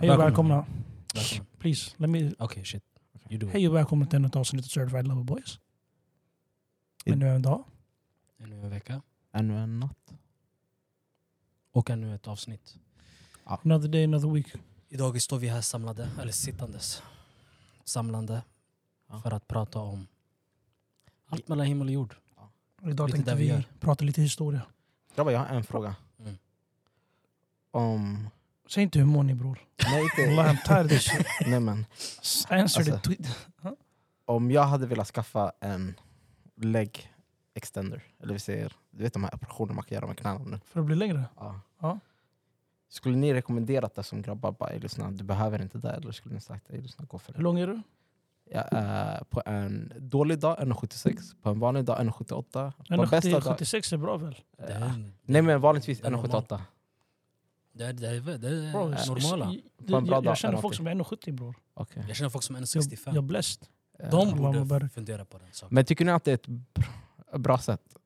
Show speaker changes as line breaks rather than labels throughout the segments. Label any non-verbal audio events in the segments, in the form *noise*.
Hej och
Välkomna.
välkomna. Shh,
Välkomna.
Please, let me...
Okej, shit. You do it.
Hej och välkomna till ännu ett avsnitt av Certified Lover Boys. Ännu en dag.
Ännu en vecka.
Ännu en natt.
Och ännu ett avsnitt.
Another day, another week.
Idag står vi här samlade, eller sittandes. Samlande.
Ja.
För att prata om allt mellan himmel och jord.
Idag
Lite
tänkte
där vi
vi
gör.
prata lite historia.
Grabbar, jag har en fråga.
Mm.
Om...
Säg inte hur mår ni bror?
Nej, inte...
Allah, I'm tired of
*laughs*
this shit.
Nej, men.
Answer the
Alltså.
tweet.
Om jag hade velat skaffa en leg extender, eller vi säger, du vet de här operationerna man kan göra med knäna nu?
För att bli längre?
Ja.
Ja.
Skulle ni rekommendera det som grabbar? Bara, "Ey, lyssna, du behöver inte det. Eller skulle ni sagt "Ey, lyssna, gå för
Hur
det?
lång är du?
Ja, eh, på en dålig dag 1,76. På en vanlig dag 1,78. På bästa dag...
76 är bra väl?
Det
eh,
är,
Nej men vanligtvis
Det är normalt.
1,78.
det är, det är, det är
Bra, s-
Eh, normala.
s-
På en
Jag,
bra
jag,
dag,
jag känner
eller
folk som är 1,70 bror.
Okej.
Jag känner folk som är
Jag,
65.
jag är blessed.
Eh,
De
Allahu
borde
Akbar.
fundera på den saken.
Men tycker ni att det är ett br- bra sätt?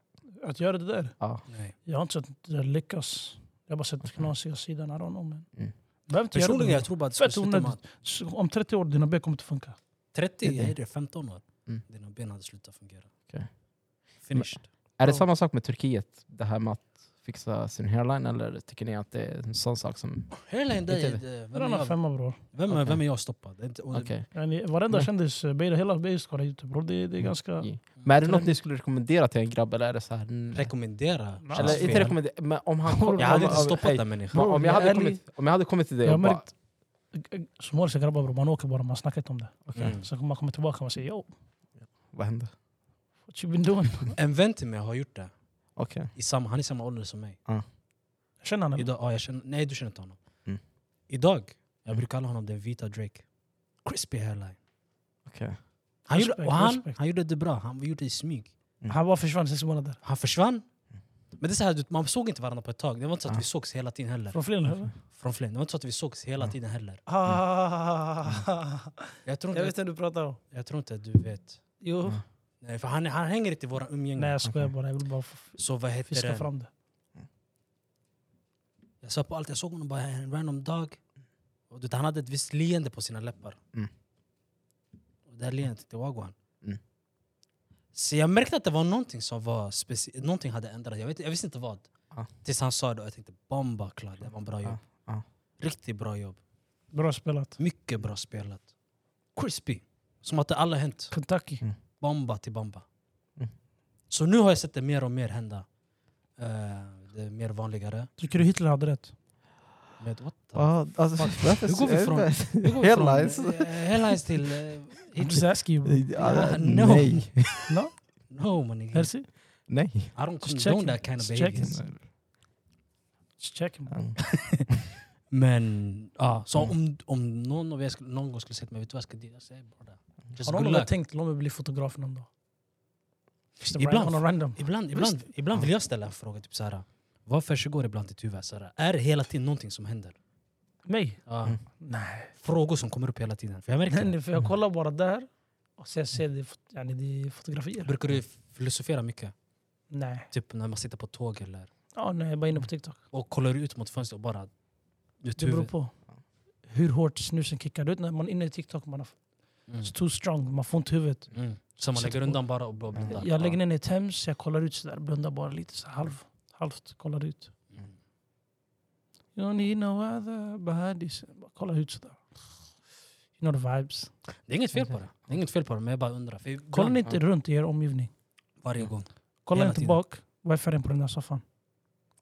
Att göra det där?
Ja.
Nej.
Jag har inte sett det lyckas. Jag har bara sett knasiga sidan. I don't know man.
Mm.
Behöver inte göra det.
Personligen jag tror bara att det skulle
Fett
sluta med
onödigt. Så Om 30 år, dina ben kommer inte funka.
att 30,
Det är det.
nej det är 15 år.
Mm.
Dina ben hade slutat fungera.
Okej.
Finished.
Är det
Ja.
samma sak med Turkiet, det här med att fixa sin hairline, eller tycker ni att det är en sån sak som...
Hairline, det är-
Inte
det-
Det är
vem
en
är
annan
jag-
femma bror.
vem är-
Okej.
vem är jag att stoppa? Det är inte- och-
Okej.
Yani, varenda
Nej.
kändis, eh, Beira, hela Beis kollar Youtube bror. Det, det är ganska...
Ja. Men är det något ni skulle rekommendera till en grabb, eller är det så här... nej?
Rekommendera?
Nej.
Eller
Alltså,
inte
fel.
rekommendera, men om han...
Jag
om-
Jag hade
om-
inte stoppat
ey,
den människan.
Om jag,
Jag är
hade
ärlig.
kommit, om jag hade kommit till dig
Jag
och
har
bara...
märkt- Somaliska eh, grabbar bror, man åker bara, man snackar inte om det.
Okej,
Mm.
Så kommer man kommer tillbaka och man säger yo,
Vad hände?
what you been doing? *laughs*
En vän till mig har gjort det.
Okej.
I samma, han är i samma ålder som mig.
Jag Känner han eller?
Idag, ja, jag känner, nej, du känner inte honom.
Mm.
Idag, jag
Mm.
brukar kalla honom den vita Drake. Crispy hairline.
Okej.
Han,
Respekt,
gjorde, och han,
respekt.
han gjorde det bra, han gjorde det i smyg.
Han bara försvann i sex månader.
Han försvann. Men det är så här, du- man såg inte varandra på ett tag. Det var inte så att
Ja.
vi sågs hela tiden heller.
Från Flen eller?
Från Flen. Det var inte så att vi sågs hela tiden heller.
Mm. Ah,
Jag tror
Jag
inte,
vet vem du pratar om.
jag, tror inte att du vet.
Jo.
Mm.
Nej, för han, han hänger inte i våra umgänge.
Nej jag skojar bara, jag vill bara f-
Så vad heter
fiska
det?
fram det.
Jag sa på allt, jag såg honom bara en random dag. Och du vet, han hade ett visst leende på sina läppar.
Mm.
Och det här leendet, det var Wagwan.
Mm.
Så jag märkte att det var någonting som var speciellt, någonting hade ändrats. Jag, vet, jag visste inte vad.
Ja.
Tills han sa det och jag tänkte bomba klar, det var en bra
Ja,
jobb.
ja.
Riktigt bra jobb.
Bra spelat.
Mycket bra spelat. Crispy. Som att det aldrig hänt.
Kentucky.
Bomba till bomba.
Mm.
Så nu har jag sett det mer och mer hända. Eh, det är mer vanligare.
Tycker du Hitler hade rätt?
Med, what the
Ja, alltså, varför-
Hur går vi från- Vi går
Headlines.
från, eh, Headlines till... eh,
I'm
hits.
just asking you.
Ja,
No.
Nej.
No?
no money. I
Elsie?
*laughs* Nej.
don't
Just
condone
checking.
that kind of
Just checking.
behavior.
Just checking.
Ja.
Men ja, så
Mm.
om, om någon av er skulle, någon gång skulle säga till mig, vet du vad jag ska dela? Säg bara det. Just
Mm. Har
good
någon av er
luck.
tänkt, låt mig bli fotograf någon dag? Just a
Ibland.
random- någon random.
Ibland, ibland, ibland vill jag ställa en fråga, typ såhär. Vad försiggår ibland i ditt huvud? Såhär, är det hela tiden någonting som händer?
Mig?
Ja.
Mm.
Nej.
Frågor som kommer upp hela tiden. För jag märker det.
Nej, för jag kollar bara där och sen ser det, fot- yani, det är fotografier.
Brukar du filosofera mycket?
Nej.
Typ när man sitter på tåg eller...
Ja, nej, jag är bara inne på TikTok.
Och kollar ut mot fönstret och bara... Ditt
Det beror
huvud.
på hur hårt snusen kickar. Du vet när man är inne i TikTok, man har
Mm.
it's too strong, man får ont i huvudet.
Mm. Så man
Sätter
lägger
på-
undan bara och bara blundar.
Jag lägger ner i Thames, jag kollar ut sådär, blundar bara lite så halv, halvt, kollar ut.
Mm.
You don't need no other bodies. Bara kollar ut sådär. You know the vibes.
Det är inget fel på det. Det är inget fel på det, men jag bara undrar. För ibland,
Kollar ni inte runt i er omgivning?
varje gång.
Kollar
Hela
ni inte
tiden.
bak? Vad är färgen på den här soffan?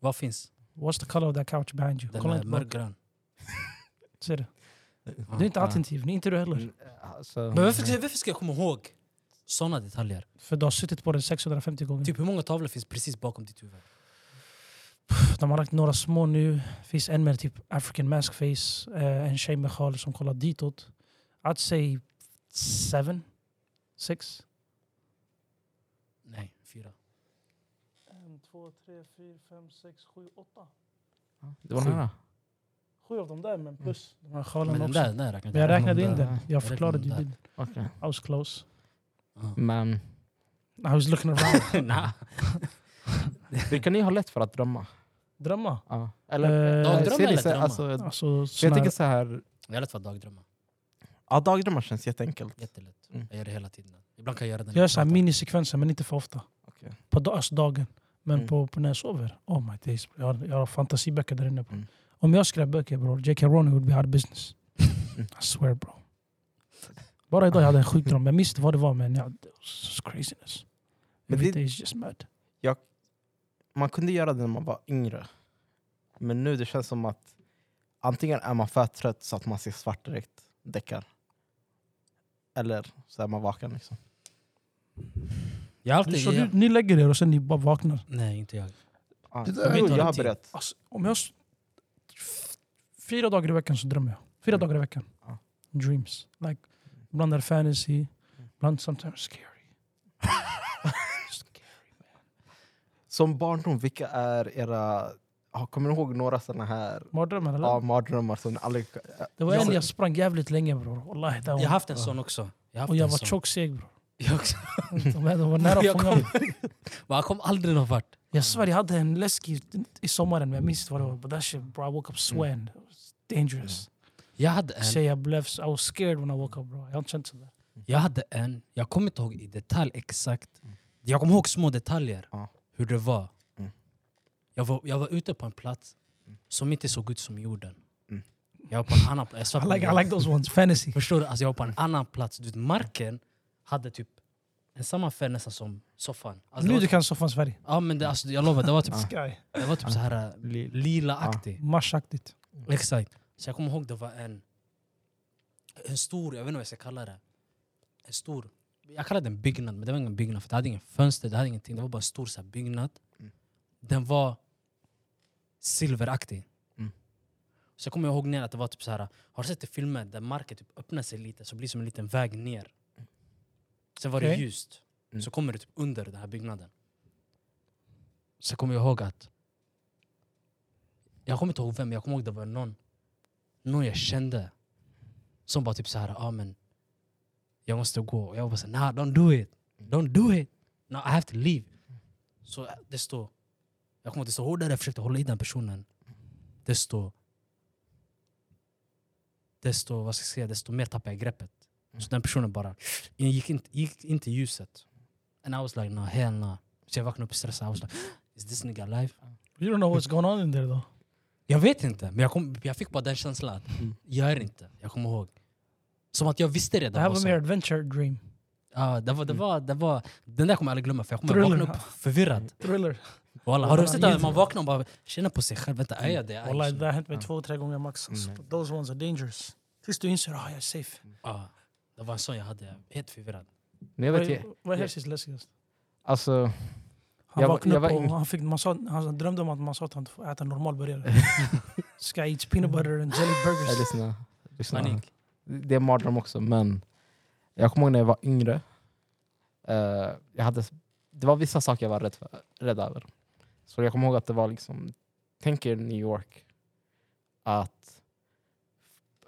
Vad finns?
What's the color of that couch behind you?
Den
Kolla
är
inte bak.
mörkgrön.
Ser du? Det är inte alternativ, ni är inte du heller.
Alltså,
Men varför, varför ska jag komma ihåg sådana detaljer?
För du har suttit på den 650 gånger.
Typ hur många tavlor finns precis bakom ditt huvud?
De har lagt några små nu. finns en med typ African mask face. eh, en tjej med sjal som kollar ditåt. I'd say seven, six.
Nej, fyra.
En, två, tre, fyra, fem, sex, sju, åtta.
Det var nära.
Sju av dem där, men plus de här
Men
sjalen
den
också.
där, den där räknar
Men jag
inte.
räknade in
Den där,
den.
ja.
Jag förklarade ju
räknade den
bilden.
Okej.
I was close.
Men
I was looking around.
*laughs*
*laughs* Ja. Nah.
brukar ni ha lätt för att drömma?
Drömma.
Ja.
Eh,
Eller,
Dagdrömmar
Eh, ser ni
eller
så,
drömmar?
alltså,
Alltså,
jag
såna
tänker
här
så här,
Det är lätt för dagdrömmar.
Ja, dagdrömmar känns jätteenkelt.
Jättelätt.
Mm.
Jag gör det hela tiden. Ibland kan jag göra det
Jag
när
gör
jag
så här
pratar.
minisekvenser, men inte för ofta.
Okej.
På da- alltså dagen. Men
Mm.
på, på när jag sover, oh my days. Jag har, jag har fantasiböcker där inne. Bro.
Mm.
Om jag skrev böcker bror, J.K. Rowling would be out
*laughs*
of business. I swear bro. Bara idag
*laughs*
jag hade en sjuk dröm. Jag minns inte vad det var men ja, det was craziness.
Men
Every
det-
day is just mad.
Man kunde göra det när man var yngre. Men nu det känns som att antingen är man för trött så att man ser svart direkt, däckar. Eller så är man vaken liksom.
Jag har alltid...
Så du,
jag-
ni lägger er och sen ni bara vaknar.
Nej, inte jag.
Ja.
Det där
Jo,
tar
jag har
tid.
börjat.
Alltså, om jag... s- f- Fyra dagar i veckan så drömmer jag. Fyra
Mm.
dagar i veckan.
Ja.
Dreams. Like, ibland är det fantasy,
Mm.
ibland sometimes
*laughs*
scary. Scary.
Som barndom, vilka är era... Ja, Kommer ni ihåg några sådana här
Mardrömmar eller?
ja, mardrömmar som ni aldrig... Ja,
Det var
Jag
en
ser-
jag sprang jävligt länge bror. Wallahi, det var-
Jag har haft en sån också. Jag har haft
Och jag
en
var
sån.
tjockseg bror.
*laughs* Jag också.
De här- de
*laughs*
var nära att
Jag
fånga
kom-
mig.
Men jag kom aldrig någon vart.
Jag svär jag hade en läskig i sommaren men jag minns inte vad det var. But that shit bro, I woke
Mm.
up sweating. It was dangerous.
Jag hade en,
Tjejer blev... I was scared when I woke up bro. Jag har inte känt
*laughs*
sådär.
jag hade en, jag kommer inte ihåg i detalj exakt. Jag kommer ihåg små detaljer,
Mm. Ja.
hur det var.
Mm.
Jag, var. jag var ute på en plats som inte såg ut som jorden.
Mm.
Jag var på en
*laughs*
annan plats.
I like, I like those ones. Fantasy.
Förstår du? Alltså jag var på en annan plats. Du vet, marken hade typ en samma färg nästan som soffan. Alltså det
nu
var
du
typ,
kan soffans färg.
ja, men det, alltså, jag lovar, det
*laughs*
var typ,
Ah.
Sky.
det var typ så här äh, lila-aktig.
Marsaktigt.
ah.
Exakt. Så jag kommer ihåg det var en, en stor, jag vet inte vad jag ska kalla det. En stor, jag kallar den byggnad, men det var ingen byggnad för det hade ingen fönster, det hade ingenting. Det var bara en stor så här, byggnad.
Mm.
Den var silveraktig.
Mm.
Så jag kommer ihåg ner att det var typ så här, har du sett i filmer där marken typ öppnar sig lite så blir det som en liten väg ner. Sen var det
Okej.
ljust.
Mm.
Så kommer det typ under den här byggnaden. Så kommer jag ihåg att jag kommer inte ihåg vem, jag kommer ihåg det var någon, någon jag kände som bara typ så här, ah, men jag måste gå. Och jag bara, så här, nah don't do it. Don't do it. No, I have to leave. Så det står, jag kommer ihåg det står hårdare, jag försökte hålla i den personen. Det står, desto, vad ska jag säga, desto mer tappade jag greppet. Så den personen bara gick inte, gick inte i ljuset. And I was like, nah, hell nah. Så jag vaknade upp stressad. I was like, is this nigga alive?
You don't know what's going on in there though.
Jag vet inte, men jag, kom, jag fick bara den känslan att
Mm.
gör inte. Jag kommer ihåg. Som att jag visste redan.
Det här
vad
var
som-
mer adventure dream.
Ja, det var, det var, det var, den där kommer jag aldrig glömma för jag kommer
Thriller.
vakna upp förvirrad.
Thriller.
Walla, har du sett att man vaknar och bara känner på sig själv, vänta är jag det? Är jag
Wallahi,
inte?
det har hänt mig två, tre gånger max. alltså.
Mm.
Those ones are dangerous. Tills du inser att jag är Oh, safe.
Ja, det var en sån jag hade, jag var helt förvirrad.
Men jag
Vad
vet ju,
är- vad är Hersis läskigast?
alltså,
Han
Jag var-
vaknade
jag var
upp och
yng-
han, fick, man sa, han drömde om att man sa att han får äta normal burgare. This guy eats peanut butter and jelly
jag
burgers.
lyssnar, lyssnar.
Panik.
Det är en mardröm också, men jag kommer ihåg när jag var yngre. Eh, jag hade, det var vissa saker jag var rädd, för, rädd över. Så jag kommer ihåg att det var liksom, tänk er New York. Att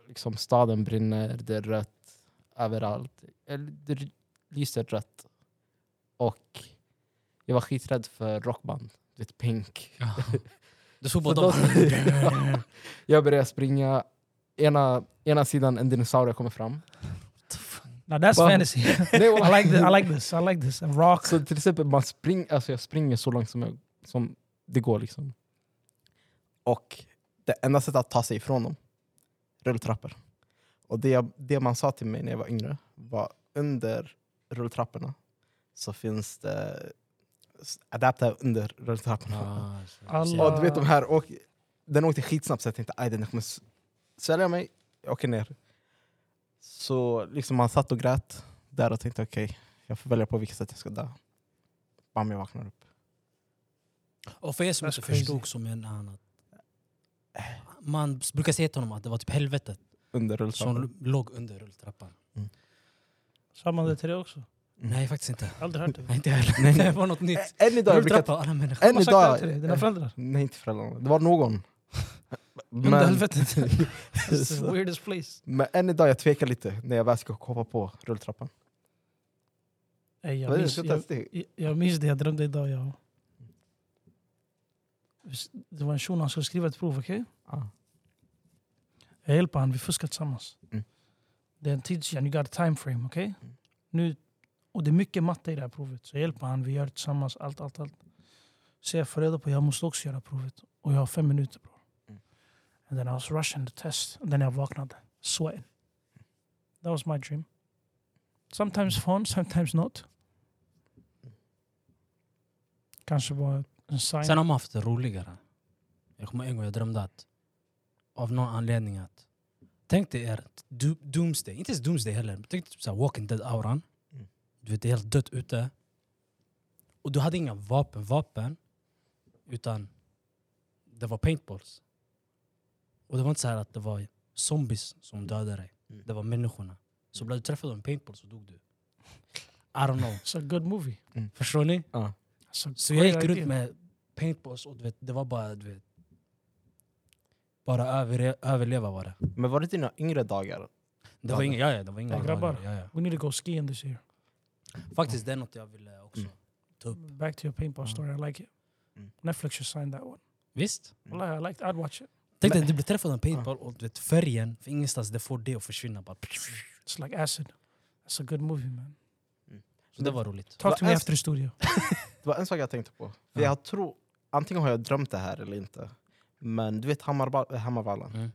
liksom staden brinner, det är rött överallt. Eller, Det lyser rött. Och jag var skiträdd för rockband. Du vet, Pink.
Du såg
Så
bara
då-
dem.
*laughs* jag började springa. Ena, ena sidan en dinosaurie kommer fram.
Now that's
Wow.
fantasy. *laughs*
Nej,
I like, this, I like this. I like this. And rock.
Så till exempel, man spring, alltså jag springer så långt som, jag, som det går. liksom. Och det enda sättet att ta sig ifrån dem, rulltrappor. Och det, jag- det man sa till mig när jag var yngre var under rulltrapporna så finns det s- adapter under rulltrapporna.
Ah.
Ja, så-
Alla-
Och du vet de här, åk, den åkte skitsnabbt så jag tänkte aj den här kommer s- svälja mig, jag åker ner. Så liksom man satt och grät där och tänkte okej, jag får välja på vilket sätt jag ska dö. Bam, jag vaknar upp.
Och för er
That's
som inte
crazy.
förstod så menar han att man brukar säga till honom att det var typ helvetet
Under
som
rulltrappan.
l- låg under rulltrappan.
Sa man det till dig också?
Nej faktiskt inte.
Jag har aldrig hört det.
Nej, inte heller. *laughs* Det var något nytt.
Mm. Ä- Än idag, jag brukar,
Rulltrappa, alla människor.
Vem
än
har sagt det här till dig?
idag.
Dina föräldrar?
Nej inte föräldrarna, det var någon.
Under
Men,
helvetet. This is the weirdest place.
men än idag jag tvekar lite när jag väl ska hoppa på rulltrappan.
Ey,
Vad
jag,
är det?
minns,
Ska
jag,
jag testa det?
jag, jag minns det jag drömde idag. Jag. Dus, Det var en shuno, han skulle skriva ett prov. okej?
Ja.
Jag hjälper han, vi fuskar tillsammans.
Mm.
Det är en tids... You got a time frame, okej? Nu... Och det är mycket matte i det här provet. Så jag hjälper han, vi gör det tillsammans, allt, allt, allt. Så jag får reda på att jag måste också göra provet. Och jag har fem minuter, bror.
Mm.
And then I was rushing the test. And then jag vaknade. Sweating. That was my dream. Sometimes fun, sometimes not. Kanske var en sign.
Sen har man haft det roligare. Jag kommer ihåg en gång jag drömde att av någon anledning att tänk dig er do, Doomsday, inte ens Doomsday heller, men tänk dig typ så här Walking Dead-auran.
Mm.
Du vet, det är helt dött ute. Och du hade inga vapen, vapen, utan det var paintballs. Och det var inte så här att det var zombies som dödade dig.
Mm.
Det var människorna. Så blev du träffad av en paintball så dog du. I
*laughs*
don't know.
It's a good movie.
Förstår ni?
It's a
Så jag gick
great idea.
runt med paintballs och du vet, det var bara... Du vet, bara överre- överleva var det.
Men var det dina yngre dagar?
Det var inga, ja, ja, det var inga
Ja, grabbar.
Ja, ja.
We need to go skiing this year.
Faktiskt det är något jag ville också.
Mm.
Back to your paintball story, I like it.
Mm.
Netflix should sign that one.
Visst?
Mm.
Wallahi, I liked I'd watch it.
Tänk dig att du blir träffad av en paintball och du vet, färgen, för ingenstans det får det att försvinna. Bara.
It's like acid. That's a good movie man.
Så det var roligt.
Talk
Vad
to me
är-
after the studio.
Det var en sak jag tänkte på. För
Ja.
jag tror, antingen har jag drömt det här eller inte. Men du vet Hammarba- Hammarvallen?
Mm.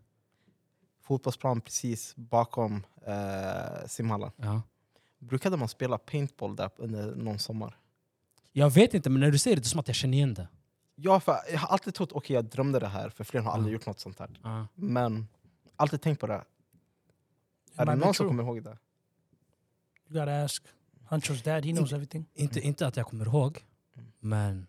Fotbollsplan precis bakom eh, simhallen.
Ja.
Brukade man spela paintball där under någon sommar?
Jag vet inte, men när du säger det, det är som att jag känner igen det.
Ja, för jag har alltid trott, okej jag drömde det här för fler har aldrig
Ja.
gjort något sånt här.
Ja.
Men alltid tänkt på det. Är
It
det
might be
någon som
true.
kommer ihåg det?
You gotta ask. Huncho's dad, he knows everything.
Inte, inte att jag kommer ihåg,
Mm.
men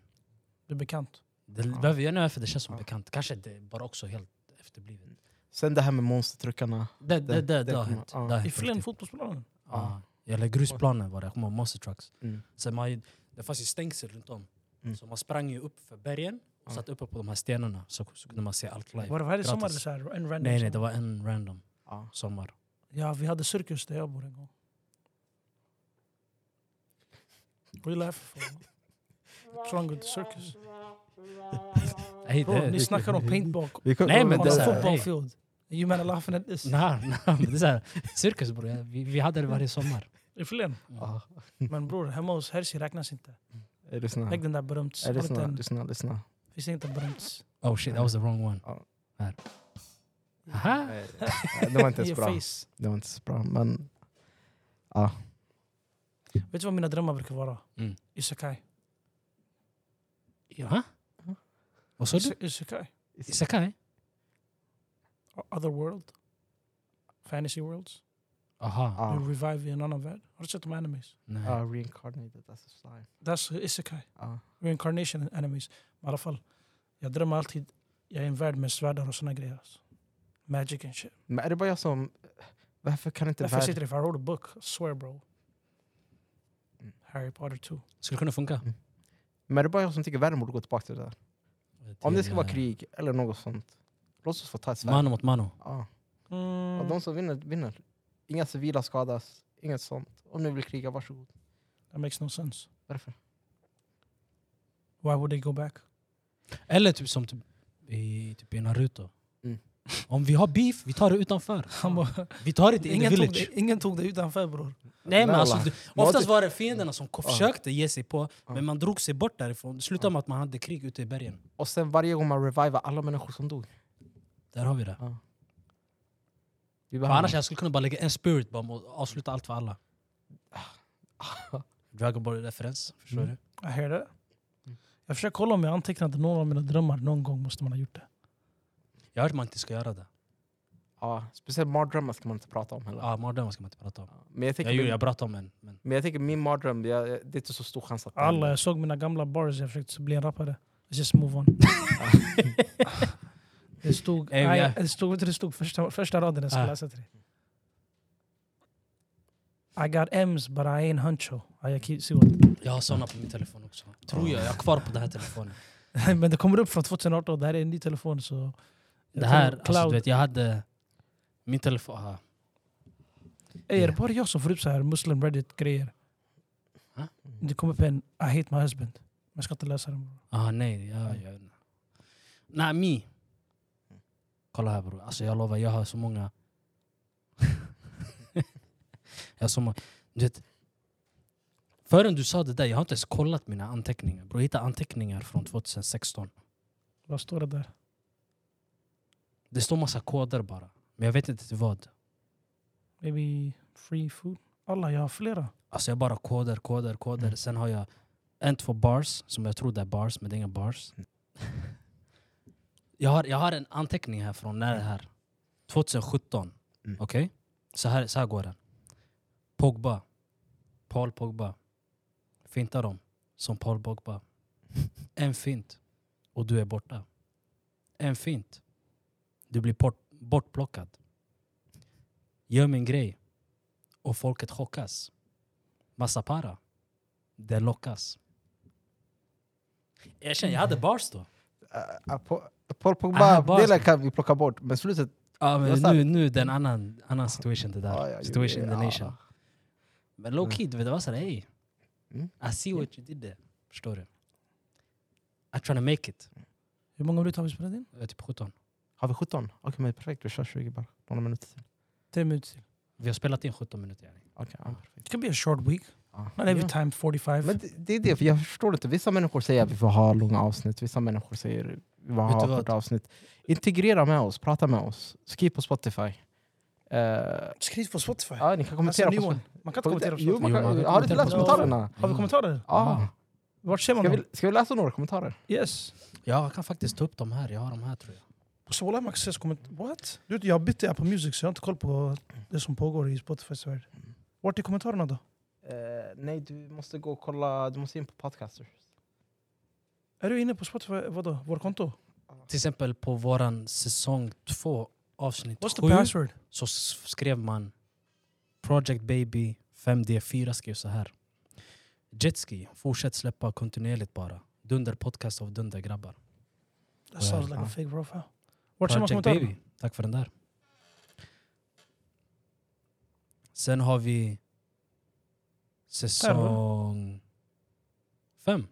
Du är bekant.
det
Ja.
behöver jag nu för det känns som
Ja.
bekant. Kanske det är bara också helt efterblivet.
Sen det här med monstertruckarna.
Det, det, det, det, har
kommer-
hänt.
ja.
Det har
I
hänt på
Flen
riktigt.
fotbollsplanen.
Ja. Ah, Eller grusplaner var det, jag kommer ihåg, monster trucks.
Mm.
Sen man, det fanns ju stängsel runt om.
Mm.
Så man sprang ju upp för bergen och
Ja.
satt uppe på de här stenarna så, så kunde man se allt live.
Var det varje sommar eller
Gratis.
så här? En random
Nej, nej, det
sommar?
var en random
Ja.
sommar.
Ja, vi hade cirkus där jag bor en gång. What are you laughing for? What's wrong with the circus?
Nej,
Bro,
det,
ni
det,
snackar om paintball.
Nej, men
On
det är
a
så här,
football
hey.
field. You men are laughing at this.
*laughs* nej, nej, men det är så här, cirkus bror, ja, vi, vi hade det varje sommar. Mm.
I Flen.
Ja.
Men bror, hemma hos Herzi räknas inte.
Lyssna.
Lägg den där berömts.
Eh,
Har inte
Lyssna,
en-
lyssna, lyssna.
Finns det inte berömts?
Oh shit, that was the wrong one.
Ja.
Här. Aha.
Nej, Det var inte
I
*laughs*
ens
your
bra.
face.
Det var inte så bra, men...
Vet du vad mina drömmar brukar vara?
Mm.
Isekai.
Ja. Vad sa du?
Ise- Isekai.
Isekai?
Other world. Fantasy worlds.
Aha.
Du
Ja.
revive i en annan värld. Har du sett de här animes?
Nej.
Ja, reincarnated as a slime.
That's isekai.
Ja.
Reincarnation and enemies. I alla fall, jag drömmer alltid, jag är i en värld med svärdar och såna grejer. Alltså. Magic and shit.
Men är det bara jag som... Varför kan inte
Därför jag
världen...
sitter det, för I wrote a book, I swear bro.
Mm.
Harry Potter 2.
Skulle kunna funka.
Men är det bara jag som tycker världen borde gå tillbaka till det där? Om det ska
eh,
vara krig eller något sånt. Låt oss få ta ett svärd.
Mano mot mano.
Ja.
Mm.
Och de som vinner, vinner. Inga civila skadas, inget sånt. Om ni vill kriga, varsågod.
That makes no sense.
Varför?
Why would they go back?
Eller typ som typ, i, typ i Naruto.
Mm.
Om vi har beef, vi tar det *laughs* utanför.
Han bara,
Vi tar det inte in the
ingen, tog
village.
det, ingen tog det utanför bror.
Nej, men
Nej,
alltså,
alla.
du,
var
oftast
typ-
var det fienderna som ko-
Ja.
försökte ge sig på,
Ja.
men man drog sig bort därifrån. Det slutade med att man hade krig ute i bergen.
Och sen varje gång man revivar alla människor som dog.
Där har vi det.
Vi
För annars jag skulle kunna bara lägga en spirit bomb och avsluta allt
*laughs*
för alla. Dragon Ball-referens, förstår
Mm.
du?
Jag hör det. Jag försöker kolla om jag antecknade några av mina drömmar. Någon gång måste man ha gjort det.
Jag har hört att man inte ska göra det.
ja, speciellt mardrömmar ska man inte prata om heller.
Ja, mardrömmar ska man inte prata om.
Ja, Men jag tänker,
Jag, gjorde-
min,
jag pratade om en, men
men jag tänker min mardröm, jag, det är inte så stor chans att det
Alla,
händer.
jag såg mina gamla bars, jag försökte bli en rappare. I just move
*laughs*
on. det stod,
Ey,
nej,
jag-
det stod, vet du, det stod första, första raden jag ska
Ah.
läsa till dig. I got M's but I ain't huncho. Ja, jag kan se vad- *laughs*
jag har såna på min telefon också. Tror jag, jag har kvar på den här telefonen.
Men det kommer upp från 2018, det här är en ny telefon så...
Det här,
Cloud.
alltså, du vet, jag hade... Min telefon... aha.
Ey, Är det bara jag som får upp så här muslim reddit-grejer?
Va?
Det kommer upp en I hate my husband. Man ska inte läsa den.
Ah, nej, ja, ja. Nej, me. Kolla här bror. Alltså jag lovar, jag har så många... *laughs* jag har så många... Du vet, förrän du sa det där, jag har inte ens kollat mina anteckningar. Bror, jag hittade anteckningar från 2016.
Vad står det där?
Det står massa koder bara. Men jag vet inte till vad.
Maybe free food? Alla, jag har flera.
Alltså jag bara koder, koder, koder.
Mm.
Sen har jag en, två bars, som jag tror det är bars, men det är inga bars.
Mm.
*laughs* jag, har, jag har en anteckning här från när det här. 2017.
Mm.
Okej? Så, här, så här går den. Pogba. Paul Pogba. Finta dem som Paul
*laughs*
Pogba. En fint och du är borta. En fint. Du blir bort, bortplockad. Gör min grej och folket chockas. Massa para. Det lockas. Jag känner, jag hade bars då.
Eh,
Äh, på- Paul
Ah,
Pogba-delen
Barca.
kan vi plocka bort, men slutet...
Ja,
Jag
men
sa-
nu, nu är det en annan, annan situation det där.
Ah, Ja, ja, jo,
situation in the
ja.
nation. Men low key, du vet, det var såhär, hey.
Mm.
I see what you did there. Förstår du? I'm trying to make it.
Hur många minuter har vi spelat in?
Jag är typ 17.
Har vi 17? Okej, men perfekt. Vi kör 20 bara. Några minuter till.
Tre minuter till.
Vi har spelat in 17 minuter. yani.
Okej, ja, perfekt.
Det kan bli en short week.
Ja.
Not every
Ja.
time 45.
Men det, det är det, för jag förstår inte. Vissa människor säger att vi får ha långa avsnitt, vissa människor säger vi får
Vet du
ha
vad?
korta avsnitt. Integrera med oss, prata med oss. Skriv på Spotify. Eh,
Skriv på Spotify.
ja, ni kan
Alltså,
kommentera
new
på
one.
Spotify.
Man kan inte kommentera på
Jo,
Spotify.
man
Jo, man
kan,
kan
har du inte
kommentera
läst
på Spotify.
kommentarerna?
Har vi kommentarer?
Ja.
Vart ser man
Ska, vi,
dem?
ska vi läsa några kommentarer?
Yes.
Mm. Ja, jag kan faktiskt ta upp de här. Jag har de här tror jag.
Så wallah, man kan se så komment- What? Du, vet, jag har bytt till Apple Music så jag har inte koll på det som pågår i Spotifys värld. Vart är kommentarerna då?
Eh, nej, du måste gå och kolla. Du måste in på Podcaster.
Är du inne på Spotify? Vadå? Vårt konto?
Till exempel på våran säsong två avsnitt
What's the
sju,
password?
så s- skrev man Project Baby 5D4 skrev så här. Jetski, fortsätt släppa kontinuerligt bara. Dunder podcast av dunder grabbar.
That
uh,
sounds like a fake profile. Vart ser man
Project
kommentarerna?
Baby, tack för den där. Sen har vi säsong fem.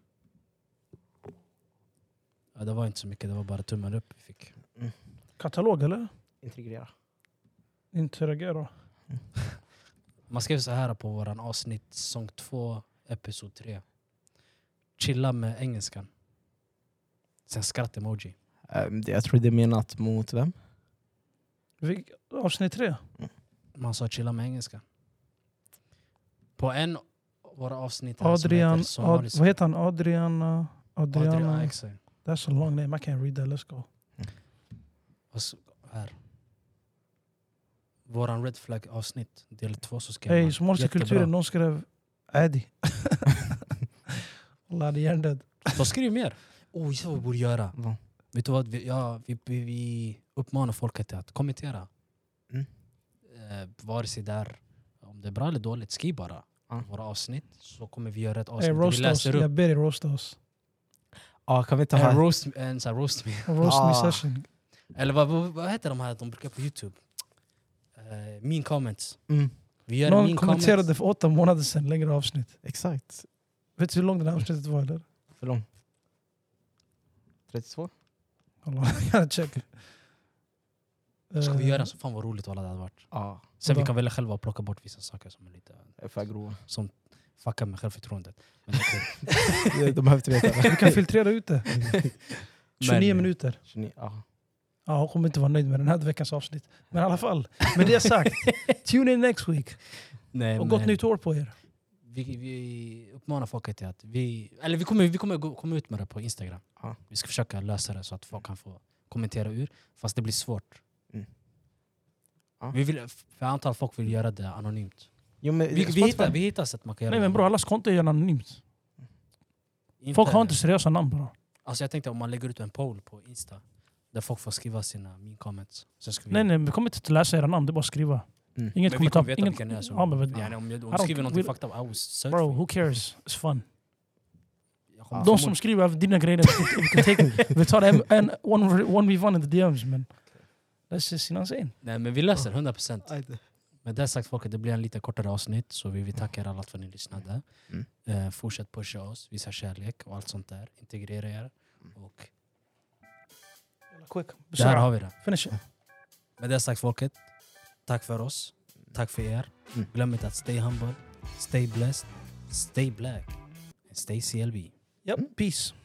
Ja, det var inte så mycket, det var bara tummen upp vi fick.
Katalog eller?
Integrera.
Interagera.
Man skrev så här på våran avsnitt, säsong 2, episod 3. Chilla med engelskan. Sen skratt-emoji.
jag tror Ehm, det är menat mot vem?
Vilk- Avsnitt tre?
Man sa chilla med engelskan. På en av våra avsnitt här som
Adrian...
heter
Ad,
Somalisk-
vad heter han? Adriana... Adriana...
Adrian, exakt.
That's a long name. I can't read that. Let's go.
Och så här. Våran red flag avsnitt, del 2 så skrev
Hej,
man,
somaliska
jättebra.
kulturen. Någon skrev Adi. *laughs* Wallah, han är hjärndöd.
Så skriv mer! Oh, så vad vi borde göra.
Va?
Vet du vad? Vi, ja, vi, vi, vi uppmanar folket att kommentera.
Mm.
Eh, vare sig där, om det är bra eller dåligt, skriv bara.
Ja.
Våra avsnitt, så kommer vi göra ett
Hey,
avsnitt där vi
roast oss.
läser upp.
Jag ber dig roasta oss.
Ja, kan vi inte
En
ha...
roast, eh, en sån här roast me. *laughs*
Roast me
Ah.
session.
Eller vad, vad, vad heter de här de brukar på youtube? Eh, mean comments.
Mm,
Vi gör en
Någon
mean comments.
kommenterade för åtta månader sedan längre avsnitt.
exakt.
Vet du hur långt det här avsnittet var eller?
För lång. 32?
Wallah, *laughs* jag gotta check.
Ska vi
Eh,
göra så? Fan vad roligt alla det hade varit.
Ja.
Sen vi
Vadå?
kan välja själva och plocka bort vissa saker som är lite...
är För
*laughs*
grova.
Som fuckar med självförtroendet. Men det är
*laughs*
kul.
De behöver inte veta
Vi
*laughs*
kan filtrera ut
*laughs*
det. 29
Men-
minuter.
det. Ja.
Ja, hon kommer inte vara nöjd med den här veckans avsnitt. Men i alla fall, med det
*laughs*
sagt. Tune in next week.
Nej,
Och gott
men-
nytt år på er.
vi, vi uppmanar folket till att vi... Eller vi kommer, vi kommer gå- komma ut med det på Instagram.
Ja.
Vi ska försöka lösa det så att folk kan få kommentera ur. Fast det blir svårt.
Mm. Ja.
Vi vill, för jag antar att folk vill göra det anonymt.
Jo, men
Vi, vi,
Spotify-
hittar, vi hittar sätt man kan göra
Nej men bror, allas konto är gärna anonymt.
Inte-
Folk har inte seriösa namn bror.
Alltså jag tänkte om man lägger ut en poll på Insta där folk får skriva sina min comments. Sen ska vi,
Nej nej, vi kommer inte att läsa era namn, det är bara att skriva.
Mm.
Inget
men vi
kommer ta...
kommer veta vilka ni är.
Ingen...
Som,
Ja, men, vad-
yani, om jag, om
I
du
don't-
skriver någonting
we'll-
fucked up, I will search
bro,
for
who
you.
cares? It's fun.
Jag kommer
De
förmodligen-
som skriver dina grejer, vi kan take- vi tar en, en one, one v one in the DMs men... That's just insane.
Nej men vi löser 100%. Med det sagt folket, det blir en lite kortare avsnitt så vi, vi tackar alla för att ni lyssnade.
Mm.
Eh, fortsätt pusha oss, visa kärlek och allt sånt där. Integrera er. Och
Quick.
Där
بسرعة
har vi det.
finish it.
Med det sagt folket, tack för oss. Tack för er.
Mm.
Glöm inte att stay humble, stay blessed, stay black and stay CLB. Mm.
Yep. Peace.